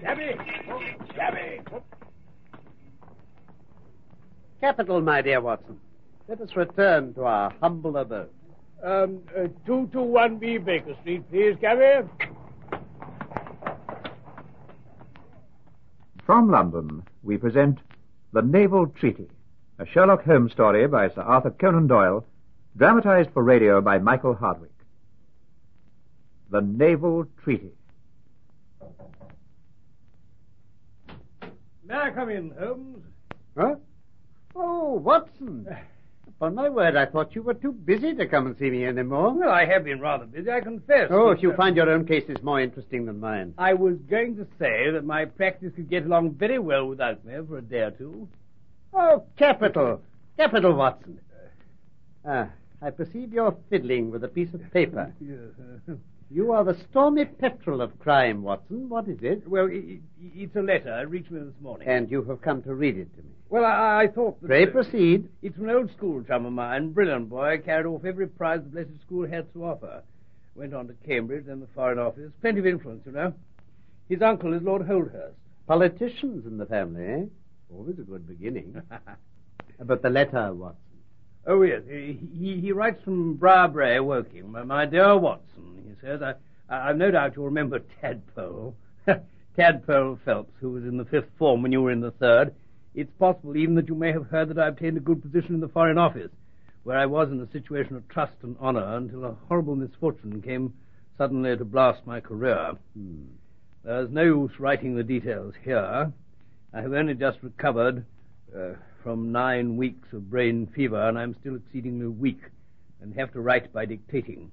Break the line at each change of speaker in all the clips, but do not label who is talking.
Shabby! Shabby!
Capital, my dear Watson. Let us return to our humble abode.
Um, uh, 221B Baker Street, please, Gabby.
From London, we present The Naval Treaty, a Sherlock Holmes story by Sir Arthur Conan Doyle, dramatized for radio by Michael Hardwick. The Naval Treaty.
May I come in, Holmes?
Huh? Oh, Watson. Upon my word, I thought you were too busy to come and see me anymore.
Well, I have been rather busy, I confess.
oh,
but,
if you
uh,
find your own cases more interesting than mine.
I was going to say that my practice could get along very well without me for a day or two.
Oh, capital. Capital, Watson. Ah, I perceive you're fiddling with a piece of paper. You are the stormy petrel of crime, Watson. What is it?
well, i i it's a letter. It reached me this morning.
And you have come to read it to me.
well, I, I thought that...
Pray
uh,
proceed.
It's an old school chum of mine, brilliant boy, carried off every prize the blessed school had to offer. Went on to Cambridge, then the Foreign Office. Plenty of influence, you know. His uncle is Lord Holdhurst.
Politicians in the family, eh? Always a good beginning. but the letter, Watson.
oh, yes. He, he, he writes from Briarbrae, Woking. My, my dear Watson, he says, I, I, I've no doubt you'll remember Tadpole. Tadpole Phelps, who was in the fifth form when you were in the third. It's possible even that you may have heard that I obtained a good position in the Foreign Office, where I was in a situation of trust and honour until a horrible misfortune came suddenly to blast my career.
Hmm.
There's no use writing the details here. I have only just recovered uh, from nine weeks of brain fever, and I'm still exceedingly weak and have to write by dictating.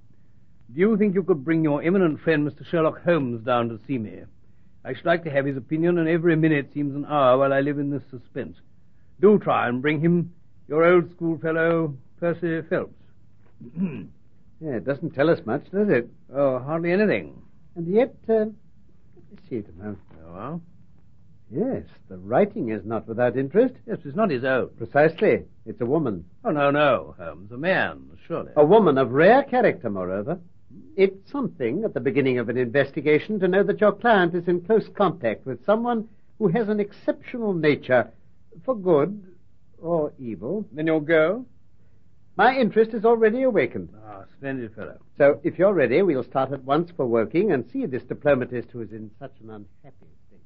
Do you think you could bring your eminent friend, Mr. Sherlock Holmes, down to see me? I should like to have his opinion, and every minute seems an hour while I live in this suspense. Do try and bring him, your old school fellow, Percy Phelps.
Yeah, it doesn't tell us much, does it?
Oh, hardly anything.
And yet, uh, let's see it a moment.
Oh, well.
Yes, the writing is not without interest.
Yes, it's not his own.
Precisely. It's a woman.
Oh, no, no, Holmes. A man, surely.
A woman of rare character, moreover. It's something at the beginning of an investigation to know that your client is in close contact with someone who has an exceptional nature for good or evil.
Then you'll go?
My interest is already awakened.
Ah, splendid fellow.
So, if you're ready, we'll start at once for working and see this diplomatist who is in such an unhappy state.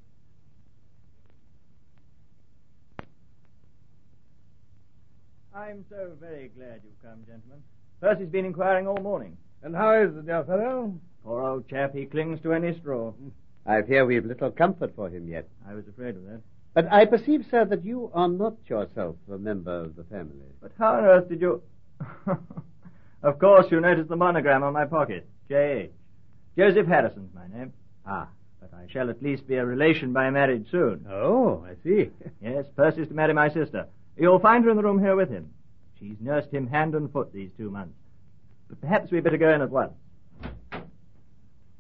I'm so very glad you've come, gentlemen. Percy's been inquiring all morning.
And how is the dear fellow?
Poor old chap, he clings to any straw. Hmm.
I fear we've little comfort for him yet.
I was afraid of that.
But I perceive, sir, that you are not yourself a member of the family.
But how on earth did you. of course, you noticed the monogram on my pocket. J.H. Joseph Harrison's my name. Ah, but I shall at least be a relation by marriage soon.
Oh, I see.
Yes, Percy's to marry my sister. You'll find her in the room here with him. She's nursed him hand and foot these two months. But perhaps we'd better go in at once.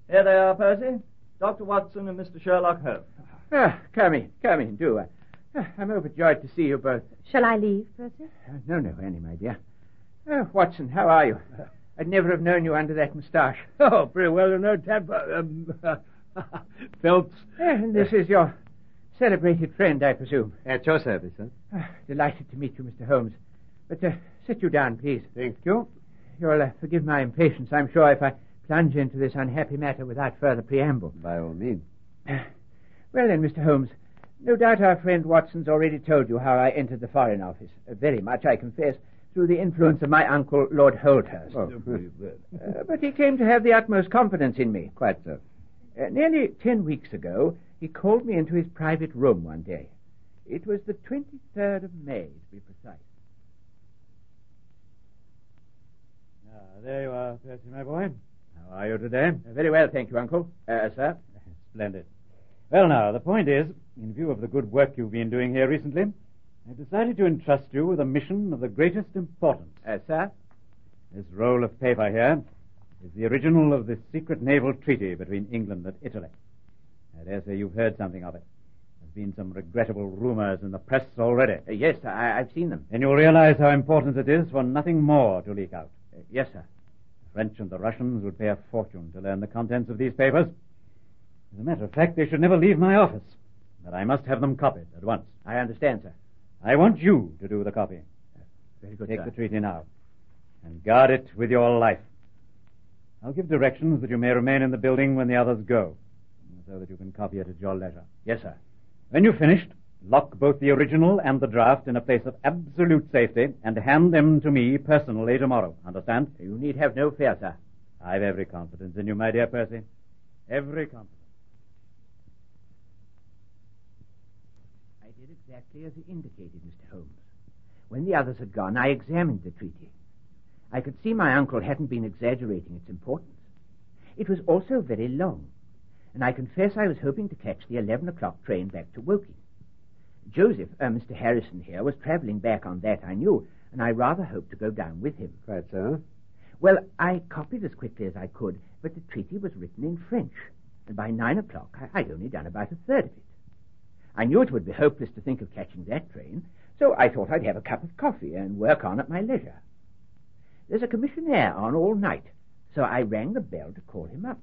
Here they are, Percy. Dr. Watson and Mr. Sherlock Holmes.
Ah, come in, come in, do. I, ah, I'm overjoyed to see you both.
Shall I leave, Percy?
Uh, no, no, Annie, my dear. Oh, Watson, how are you? I'd never have known you under that moustache.
Oh, pretty well, you know, Tadpole. Um, Phelps.
And Uh, this is your celebrated friend, I presume.
At your service, sir.
Ah, delighted to meet you, Mr. Holmes. But uh, sit you down, please.
Thank you.
You'll uh, forgive my impatience, I'm sure, if I plunge into this unhappy matter without further preamble. Ah,
By all means.
Well, then, Mr. Holmes, no doubt our friend Watson's already told you how I entered the Foreign Office. Uh, very much, I confess, through the influence of my uncle, Lord Holdhurst.
Oh,
Uh, but he came to have the utmost confidence in me.
Quite so.
Uh, nearly ten weeks ago, he called me into his private room one day. It was the 23rd of May, to be precise.
Ah, there you are, Percy, my boy. How are you today?
Uh, very well, thank you, Uncle. Uh, sir?
Splendid. Well, now, the point is, in view of the good work you've been doing here recently, I've decided to entrust you with a mission of the greatest importance.
Uh, sir?
This roll of paper here is the original of the secret naval treaty between England and Italy. I dare say you've heard something of it. There's been some regrettable rumors in the press already.
Uh, yes, I- I've seen them.
Then you'll realize how important it is for nothing more to leak out.
Uh, yes, sir.
The French and the Russians would pay a fortune to learn the contents of these papers. As a matter of fact, they should never leave my office. But I must have them copied at once.
I understand, sir.
I want you to do the copy.
Very good,
Take
sir.
the treaty now and guard it with your life. I'll give directions that you may remain in the building when the others go, so that you can copy it at your leisure.
Yes, sir.
When you've finished, lock both the original and the draft in a place of absolute safety and hand them to me personally tomorrow. Understand?
You need have no fear, sir.
I've every confidence in you, my dear Percy. Every confidence.
I did exactly as you indicated, Mr. Holmes. When the others had gone, I examined the treaty. I could see my uncle hadn't been exaggerating its importance. It was also very long, and I confess I was hoping to catch the 11 o'clock train back to Woking. Joseph, uh, Mr. Harrison here, was travelling back on that, I knew, and I rather hoped to go down with him.
Quite so.
Well, I copied as quickly as I could, but the treaty was written in French, and by nine o'clock I- I'd only done about a third of it. I knew it would be hopeless to think of catching that train, so I thought I'd have a cup of coffee and work on at my leisure. There's a commissionaire on all night, so I rang the bell to call him up.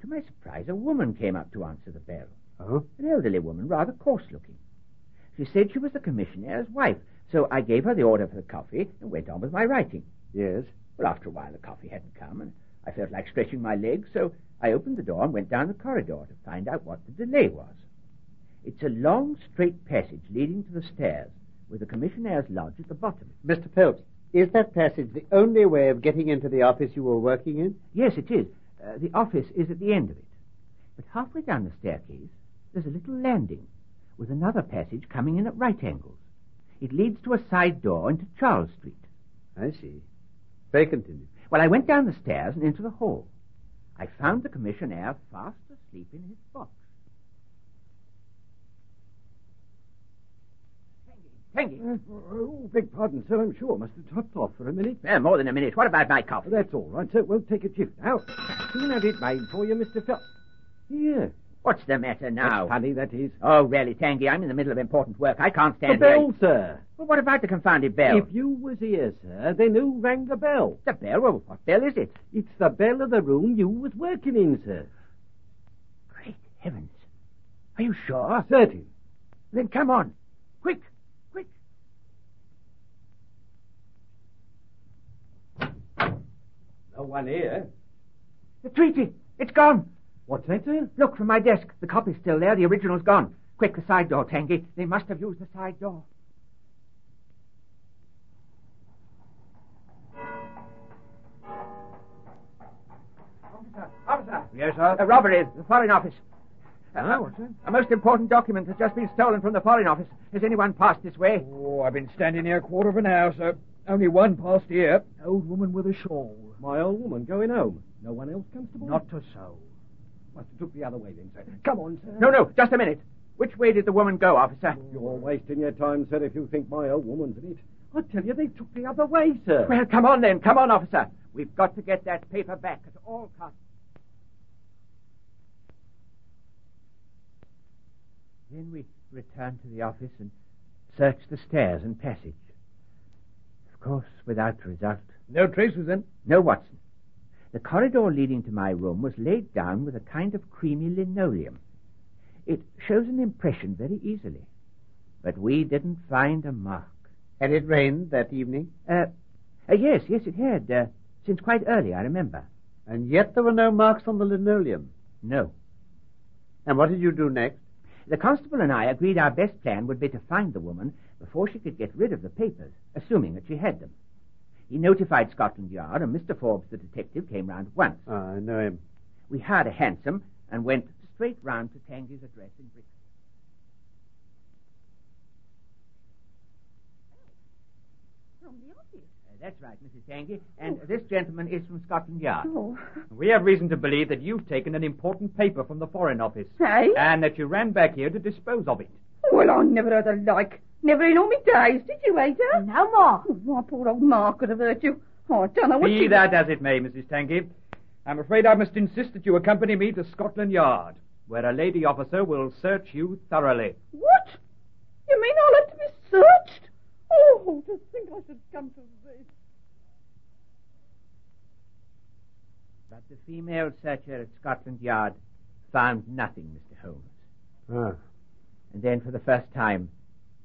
To my surprise, a woman came up to answer the bell,
Oh?
an elderly woman, rather coarse looking. She said she was the commissionnaire's wife, so I gave her the order for the coffee and went on with my writing.
Yes.
Well, after a while, the coffee hadn't come, and I felt like stretching my legs, so I opened the door and went down the corridor to find out what the delay was. It's a long, straight passage leading to the stairs, with the commissionnaire's lodge at the bottom.
Mr. Phelps, is that passage the only way of getting into the office you were working in?
Yes, it is. Uh, the office is at the end of it. But halfway down the staircase, there's a little landing, with another passage coming in at right angles. It leads to a side door into Charles Street.
I see. Pray continue.
Well, I went down the stairs and into the hall. I found the commissionaire fast asleep in his box. Tangy.
Oh, beg pardon, sir, I'm sure. Must have topped off for a minute.
Yeah, more than a minute. What about my coffee?
That's all right, sir. Won't take a jiff now. Soon have it made for you, Mr. Phelps. Here.
What's the matter now?
Funny that is.
Oh, really, Tangy, I'm in the middle of important work. I can't
The
stand
bell,
here.
sir.
Well, what about the confounded bell?
If you was here, sir, then who rang the bell?
The bell? Well, what bell is it?
It's the bell of the room you was working in, sir.
Great heavens. Are you sure?
Certain.
Then come on. Quick, quick.
No one here.
The treaty. It's gone.
What's that, sir?
Look from my desk. The copy's still there. The original's gone. Quick, the side door, Tangy. They must have used the side door. Officer, officer.
Yes, sir.
A robbery. The Foreign Office.
Ah, what's that?
A most important document has just been stolen from the Foreign Office. Has anyone passed this way?
Oh, I've been standing here a quarter of an hour, sir. Only one passed here. Old woman with a shawl. My old woman going home. No one else comes to Not a soul. Must have took the other way then, sir. Come on, sir.
No, no, just a minute. Which way did the woman go, officer?
You're wasting your time, sir, if you think my old woman's in it. I tell you, they took the other way, sir.
Well, come on then. Come on, officer. We've got to get that paper back at all costs. Then we returned to the office and searched the stairs and passage. Of course, without result.
No traces then?
No, Watson. The corridor leading to my room was laid down with a kind of creamy linoleum. It shows an impression very easily. But we didn't find a mark.
Had it rained that evening?
Uh, uh, yes, yes, it had. Uh, since quite early, I remember.
And yet there were no marks on the linoleum.
No.
And what did you do next?
The constable and I agreed our best plan would be to find the woman before she could get rid of the papers, assuming that she had them. He notified Scotland Yard, and Mr. Forbes, the detective, came round at once.
Ah, I know him.
We hired a hansom and went straight round to Tangy's address in Brixton.
From the office.
Uh, that's right, Mrs. Tangy. And this gentleman is from Scotland Yard.
Oh.
We have reason to believe that you've taken an important paper from the Foreign Office
Hey?
Uh,
and that you ran back here to dispose of it.
Well, I never had a like. Never in all my days, did you, Ada? No more. my poor old ma could have hurt you. Oh, I don't know what
Be
she...
that as it may, Mrs. Tanky, I'm afraid I must insist that you accompany me to Scotland Yard, where a lady officer will search you thoroughly.
What? You mean I'll have to be searched? Oh, to think I should come to this.
But the female searcher at Scotland Yard found nothing, Mr. Holmes.
Ah.
And then, for the first time,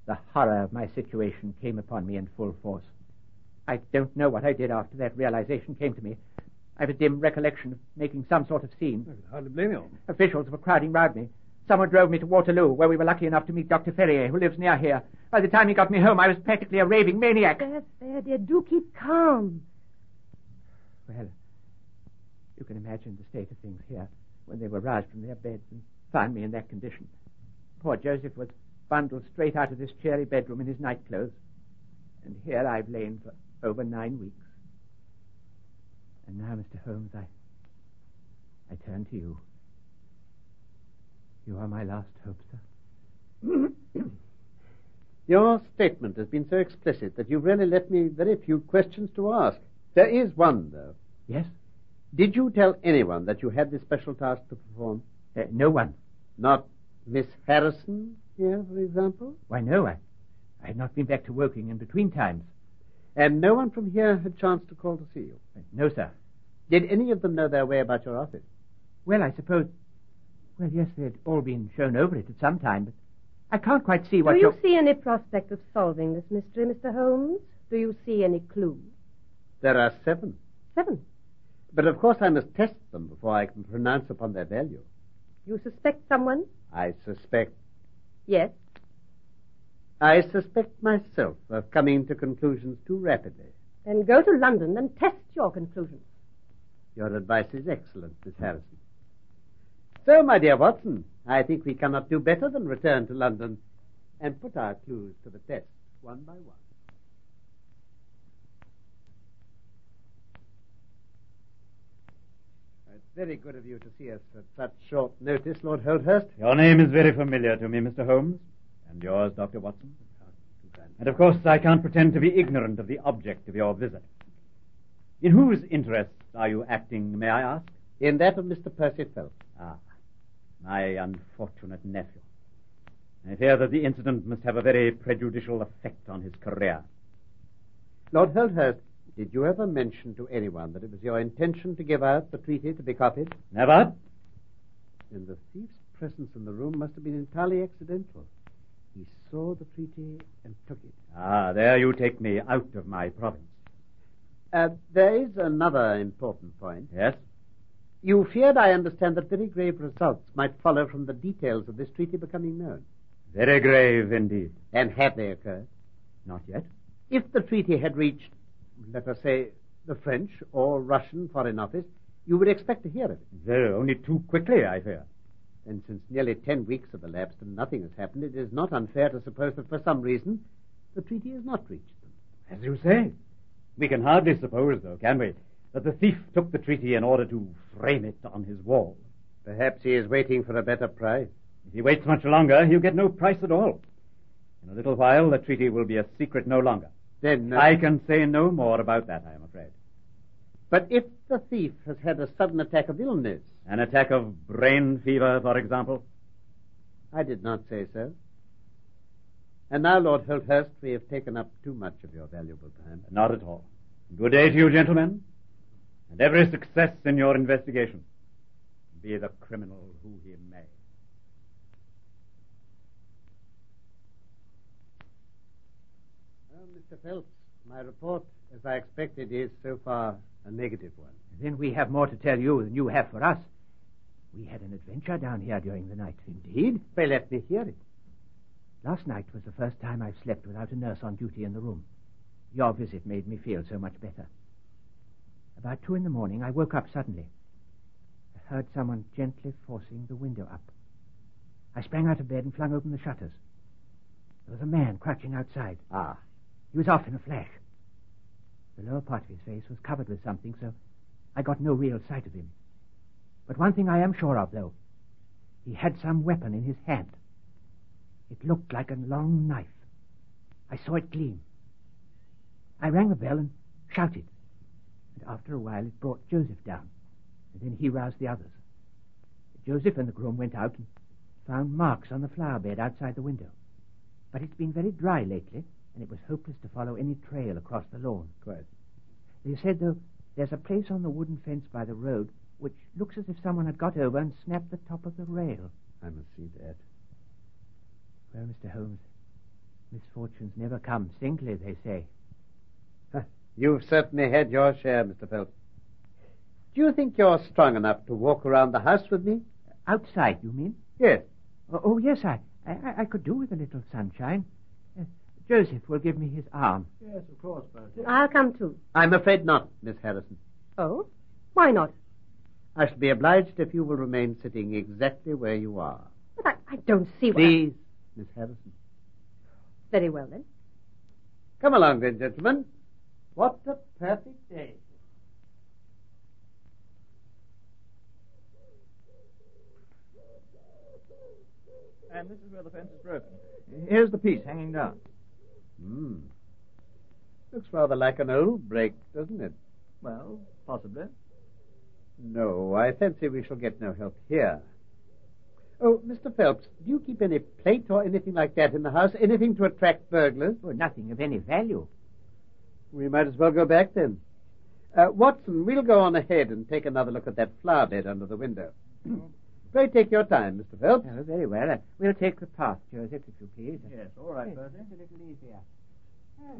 the horror of my situation came upon me in full force. I don't know what I did after that realization came to me. I've a dim recollection of making some sort of scene.
I can hardly blame you.
Officials were crowding round me. Someone drove me to Waterloo, where we were lucky enough to meet Dr. Ferrier, who lives near here. By the time he got me home, I was practically a raving maniac.
There, there, dear. Do keep calm.
Well, you can imagine the state of things here when they were roused from their beds and found me in that condition. Poor Joseph was bundled straight out of this cheery bedroom in his nightclothes, and here I've lain for over nine weeks. And now, Mr. Holmes, I, I turn to you. You are my last hope, sir.
Your statement has been so explicit that you've really left me very few questions to ask. There is one, though.
Yes?
Did you tell anyone that you had this special task to perform?
Uh, no one.
Not Miss Harrison here, for example?
Why, no, I, I had not been back to Woking in between times.
And no one from here had chanced to call to see you.
Uh, No, sir.
Did any of them know their way about your office?
Well, I suppose. Well, yes, they'd all been shown over it at some time, but I can't quite see what
Do
you're.
you see any prospect of solving this mystery, Mr. Holmes? Do you see any clue?
There are seven.
Seven.
But of course I must test them before I can pronounce upon their value.
You suspect someone?
I suspect
Yes.
I suspect myself of coming to conclusions too rapidly.
Then go to London and test your conclusions.
Your advice is excellent, Miss Harrison. So, my dear Watson, I think we cannot do better than return to London and put our clues to the test one by one. It's very good of you to see us at such short notice, Lord Holdhurst.
Your name is very familiar to me, Mr. Holmes. And yours, Dr. Watson. And of course, I can't pretend to be ignorant of the object of your visit. In whose interests are you acting, may I ask?
In that of Mr. Percy Phelps.
Ah, my unfortunate nephew. I fear that the incident must have a very prejudicial effect on his career.
Lord Holdhurst, did you ever mention to anyone that it was your intention to give out the treaty to be copied?
Never?
Then the thief's presence in the room must have been entirely accidental. He saw the treaty and took it.
Ah, there you take me out of my province.
Uh, there is another important point.
Yes?
You feared, I understand, that very grave results might follow from the details of this treaty becoming known.
Very grave indeed.
And had they occurred,
Not yet?
if the treaty had reached, let us say, the French or Russian Foreign Office, you would expect to hear of it.
Very, only too quickly, I fear.
And since nearly ten weeks have elapsed and nothing has happened, it is not unfair to suppose that for some reason the treaty has not reached them.
As you say. We can hardly suppose, though, can we, that the thief took the treaty in order to frame it on his wall.
Perhaps he is waiting for a better price.
If he waits much longer, he'll get no price at all. In a little while, the treaty will be a secret no longer.
Then, uh,
I can say no more about that, I am afraid.
but if the thief has had a sudden attack of illness,
An attack of brain fever, for example.
I did not say so. And now, Lord Holdhurst, we have taken up too much of your valuable time.
Not at all. Good day to you, gentlemen, and every success in your investigation, be the criminal who he may.
Well, Mr. Phelps, my report, as I expected, is so far a negative one.
Then we have more to tell you than you have for us. We had an adventure down here during the night.
Indeed? Pray let me hear it.
Last night was the first time I've slept without a nurse on duty in the room. Your visit made me feel so much better. About two in the morning, I woke up suddenly. I heard someone gently forcing the window up. I sprang out of bed and flung open the shutters. There was a man crouching outside.
Ah,
He was off in a flash. The lower part of his face was covered with something, so I got no real sight of him. But one thing I am sure of, though. He had some weapon in his hand. It looked like a long knife. I saw it gleam. I rang the bell and shouted. And after a while, it brought Joseph down. And then he roused the others. Joseph and the groom went out and found marks on the flower bed outside the window. But it's been very dry lately, and it was hopeless to follow any trail across the lawn.
quite.
They said, though, there's a place on the wooden fence by the road which looks as if someone had got over and snapped the top of the rail.
I must see that.
Well, Mr. Holmes, misfortunes never come singly, they say.
You've certainly had your share, Mr. Phelps. Do you think you're strong enough to walk around the house with me?
Outside, you mean?
Yes.
Oh, oh, yes, I, I, I could do with a little sunshine. Uh, Joseph will give me his arm.
Yes, of course,
uh,
Bertie.
I'll come too.
I'm afraid not, Miss Harrison.
Oh? Why not?
I shall be obliged if you will remain sitting exactly where you are.
But I, I don't see what. I-
Please, Miss Harrison.
Very well then.
Come along then, gentlemen. What a perfect day.
And this is where the fence is broken. Here's the piece hanging down.
Hmm. Looks rather like an old break, doesn't it?
Well, possibly.
No, I fancy we shall get no help here. Oh, Mr. Phelps, do you keep any plate or anything like that in the house? Anything to attract burglars?
Well, Oh, nothing of any value.
We might as well go back then. Uh, Watson, we'll go on ahead and take another look at that flower bed under the window.
Hmm.
Pray take your time, Mr. Phelps.
Oh, very well. Uh, We'll take the path, Joseph, if you please. Yes, all right, Bertie. Hmm.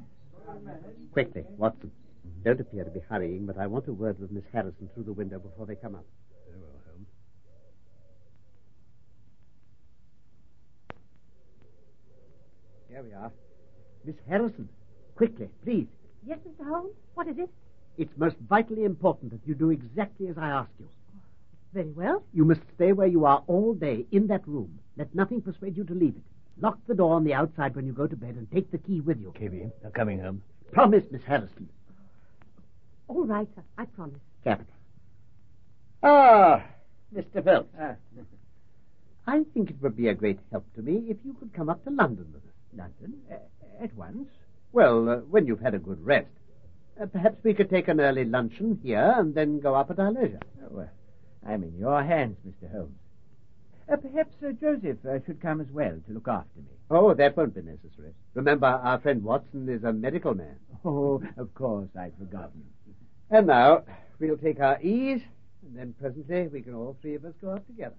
Quickly, Watson. Don't appear to be hurrying, but I want a word with Miss Harrison through the window before they come up.
Here we are. Miss Harrison, quickly, please.
Yes, Mr. Holmes? What is it?
It's most vitally important that you do exactly as I ask you.
Very well.
You must stay where you are all day in that room. Let nothing persuade you to leave it. Lock the door on the outside when you go to bed and take the key with you.
Maybe. They're coming home.
Promise, Miss Harrison.
All right, sir. I promise.
Captain. Ah, Mr. Phelps.
Ah.
I think it would be a great help to me if you could come up to London with us.
London, uh, at once.
Well, uh, when you've had a good rest. Uh, perhaps we could take an early luncheon here and then go up at our leisure.
Oh, well, I'm in your hands, Mr. Holmes. Uh, perhaps uh, Joseph uh, should come as well to look after me.
Oh, that won't be necessary. Remember, our friend Watson is a medical man.
Oh, of course, I'd forgotten.
And now we'll take our ease, and then presently we can all three of us go up together.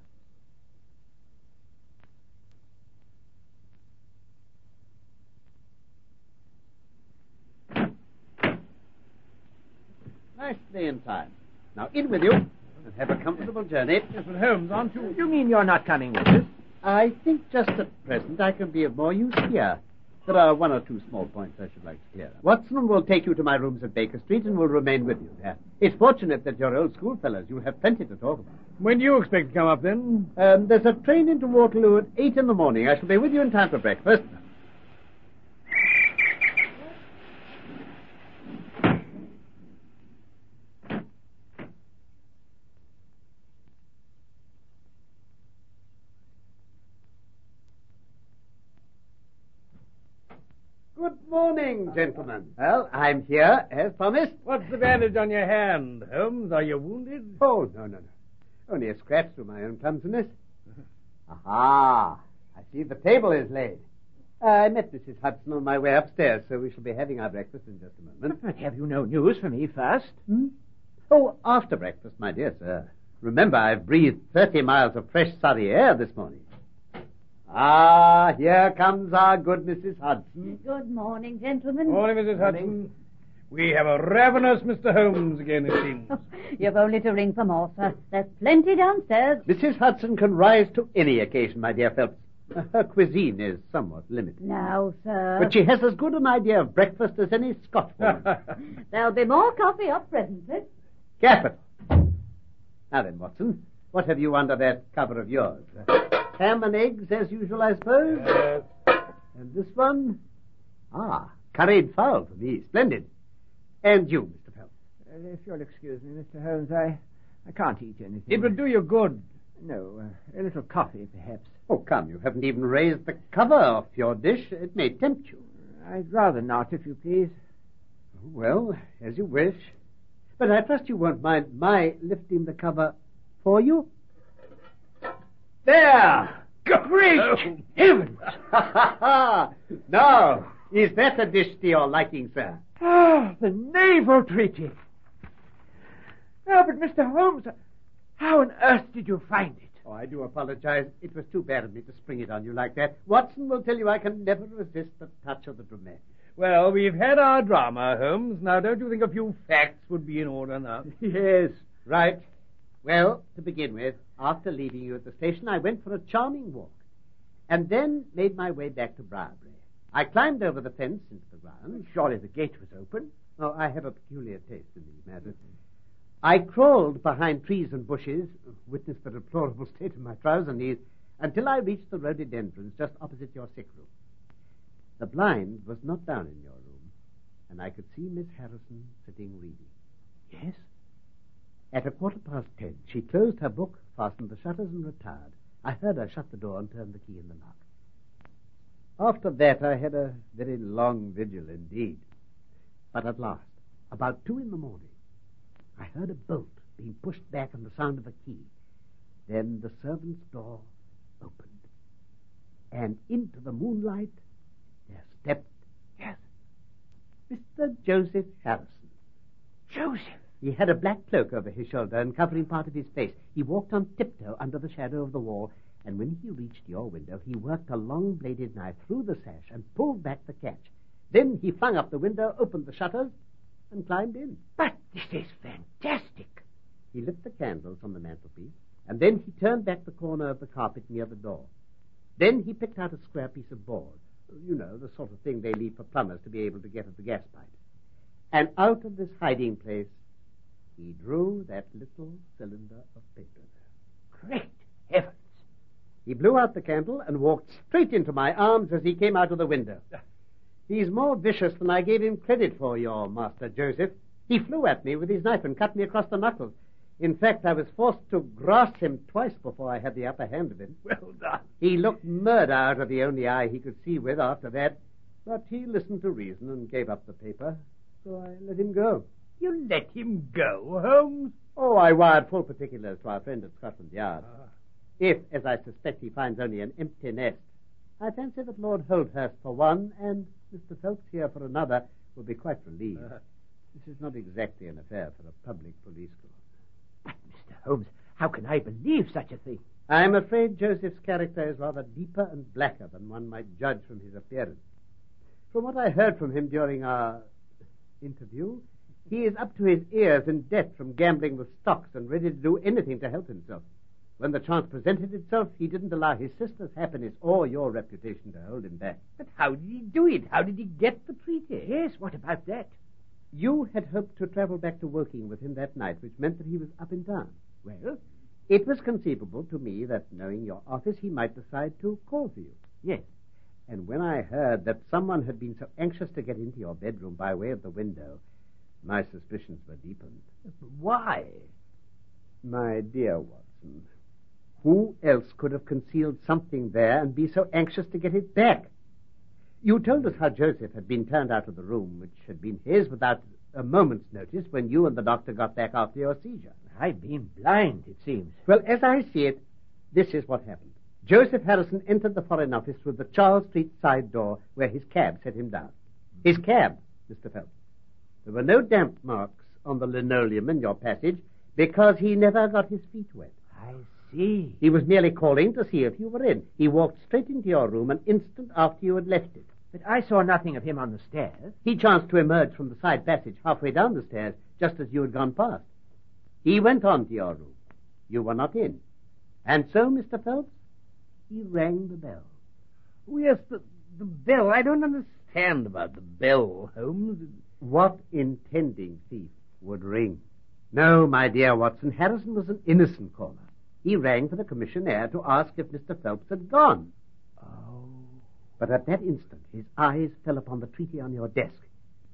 Nicely in time. Now in with you, and have a comfortable journey.
Mr. Holmes, aren't you?
You mean you're not coming with us?
I think just at present I can be of more use here. There are one or two small points I should like to clear up. Watson will take you to my rooms at Baker Street and will remain with you there. It's fortunate that you're old schoolfellows. You'll have plenty to talk about.
When do you expect to come up then?
Um, there's a train into Waterloo at eight in the morning. I shall be with you in time for breakfast. Good morning, gentlemen. Well, I'm here, as promised.
What's the bandage on your hand, Holmes? Are you wounded?
Oh, no, no, no. Only a scratch through my own clumsiness. Aha! I see the table is laid. I met Mrs. Hudson on my way upstairs, so we shall be having our breakfast in just a moment.
But have you no news for me first?
Oh, after breakfast, my dear sir. Remember, I've breathed 30 miles of fresh Surrey air this morning. Ah, here comes our good Mrs. Hudson.
Good morning, gentlemen.
Morning, Mrs. Hudson. We have a ravenous Mr. Holmes again, it seems.
You've only to ring for more, sir. There's plenty downstairs.
Mrs. Hudson can rise to any occasion, my dear Phelps. Her cuisine is somewhat limited.
Now, sir.
But she has as good an idea of breakfast as any Scotchwoman.
There'll be more coffee eh? up presently.
Capital. Now then, Watson, what have you under that cover of yours? Uh, Ham and eggs, as usual, I suppose.
Uh,
And this one? Ah, curried fowl for me. Splendid. And you, Mr. Phelps.
Uh, if you'll excuse me, Mr. Holmes, I, I can't eat anything.
It would do you good.
No, uh, a little coffee, perhaps.
Oh, come, you haven't even raised the cover off your dish. It may tempt you.
I'd rather not, if you please.
Well, as you wish. But I trust you won't mind my lifting the cover for you. There! Great heavens! now, is that a dish to your liking, sir?
Ah, the naval treaty. No, but Mr. Holmes, How on earth did you find it?
Oh, I do apologize. It was too bad of me to spring it on you like that. Watson will tell you I can never resist the touch of the dramatic.
Well, we've had our drama, Holmes. Now, don't you think a few facts would be in order now?
Yes. Right. Well, to begin with, after leaving you at the station, I went for a charming walk and then made my way back to Briarbury. I climbed over the fence into the grounds.
Surely the gate was open.
Oh, I have a peculiar taste in these matters. I crawled behind trees and bushes, witnessed the deplorable state of my trouser knees, until I reached the rhododendrons just opposite your sick room. The blind was not down in your room, and I could see Miss Harrison sitting reading.
Yes?
At a quarter past ten, she closed her book, fastened the shutters, and retired. I heard her shut the door and turn the key in the lock. After that, I had a very long vigil indeed. But at last, about two in the morning, I heard a bolt being pushed back and the sound of a key. Then the servant's door opened. And into the moonlight there stepped, yes, Mr. Joseph Harrison.
Joseph!
He had a black cloak over his shoulder and covering part of his face. He walked on tiptoe under the shadow of the wall, and when he reached your window, he worked a long bladed knife through the sash and pulled back the catch. Then he flung up the window, opened the shutters, and climbed in.
But this is fantastic.
He lit the candles on the mantelpiece, and then he turned back the corner of the carpet near the door. Then he picked out a square piece of board, you know, the sort of thing they leave for plumbers to be able to get at the gas pipe. And out of this hiding place, he drew that little cylinder of paper.
Great heavens.
He blew out the candle and walked straight into my arms as he came out of the window. He's more vicious than I gave him credit for, your master Joseph. He flew at me with his knife and cut me across the knuckles. In fact, I was forced to grasp him twice before I had the upper hand of him.
Well done.
He looked murder out of the only eye he could see with after that, but he listened to reason and gave up the paper, so I let him go.
You let him go, Holmes?
Oh, I wired full particulars to our friend at Scotland Yard. If, as I suspect, he finds only an empty nest, I fancy that Lord Holdhurst for one and Mr. Phelps here for another will be quite relieved.
Uh-huh.
This is not exactly an affair for a public police court.
But, Mr. Holmes, how can I believe such a thing?
I'm afraid Joseph's character is rather deeper and blacker than one might judge from his appearance. From what I heard from him during our interview, he is up to his ears in debt from gambling with stocks and ready to do anything to help himself. When the chance presented itself, he didn't allow his sister's happiness or your reputation to hold him back.
But how did he do it? How did he get the treaty?
Yes, what about that?
You had hoped to travel back to Woking with him that night, which meant that he was up in town.
Well,
It was conceivable to me that, knowing your office, he might decide to call for you.
yes.
And when I heard that someone had been so anxious to get into your bedroom by way of the window, my suspicions were deepened.
Why?
My dear Watson, who else could have concealed something there and be so anxious to get it back? You told us how Joseph had been turned out of the room, which had been his without a moment's notice when you and the doctor got back after your seizure.
I've been blind, it seems.
Well, as I see it, this is what happened. Joseph Harrison entered the Foreign Office through the Charles Street side door where his cab set him down. His cab, Mr. Phelps. There were no damp marks on the linoleum in your passage because he never got his feet wet.
I see.
He was merely calling to see if you were in. He walked straight into your room an instant after you had left it.
But I saw nothing of him on the stairs.
He chanced to emerge from the side passage halfway down the stairs just as you had gone past. He went on to your room. You were not in. And so, Mr. Phelps, he rang the bell.
Oh, yes, the, the bell. I don't understand about the bell, Holmes.
What intending thief would ring? No, my dear Watson, Harrison was an innocent caller. He rang for the commissionaire to ask if Mr. Phelps had gone.
Oh.
But at that instant, his eyes fell upon the treaty on your desk.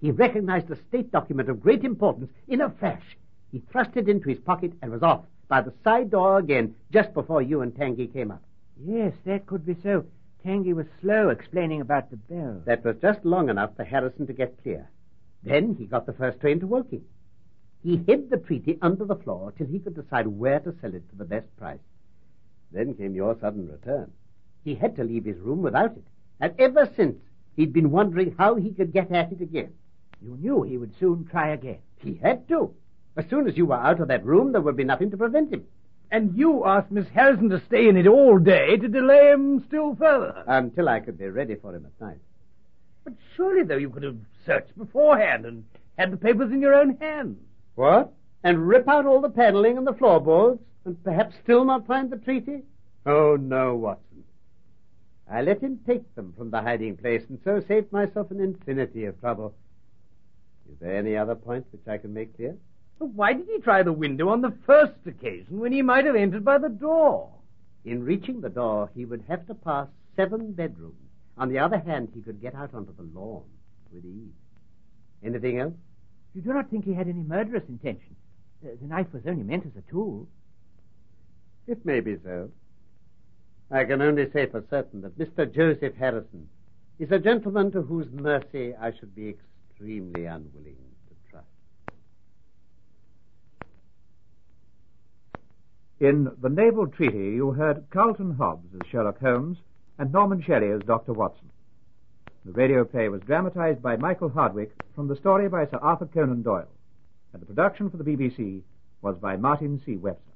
He recognized a state document of great importance in a flash. He thrust it into his pocket and was off by the side door again just before you and Tangy came up.
Yes, that could be so. Tangy was slow explaining about the bell.
That was just long enough for Harrison to get clear. Then he got the first train to Woking. He hid the treaty under the floor till he could decide where to sell it for the best price. Then came your sudden return. He had to leave his room without it, and ever since he'd been wondering how he could get at it again.
You knew he would soon try again.
He had to. As soon as you were out of that room, there would be nothing to prevent him.
And you asked Miss Harrison to stay in it all day to delay him still further.
Until I could be ready for him at night.
But surely, though, you could have searched beforehand and had the papers in your own hands.
What? And rip out all the paneling and the floorboards, and perhaps still not find the treaty? Oh, no, Watson. I let him take them from the hiding place, and so saved myself an infinity of trouble. Is there any other point which I can make clear?
But why did he try the window on the first occasion when he might have entered by the door?
In reaching the door, he would have to pass seven bedrooms. On the other hand, he could get out onto the lawn with ease. Anything else?
You do not think he had any murderous intention? The, the knife was only meant as a tool.
It may be so. I can only say for certain that Mr. Joseph Harrison is a gentleman to whose mercy I should be extremely unwilling to trust.
In The Naval Treaty, you heard Carlton Hobbs as Sherlock Holmes and Norman Shelley as Dr. Watson. The radio play was dramatized by Michael Hardwick from the story by Sir Arthur Conan Doyle, and the production for the BBC was by Martin C. Webster.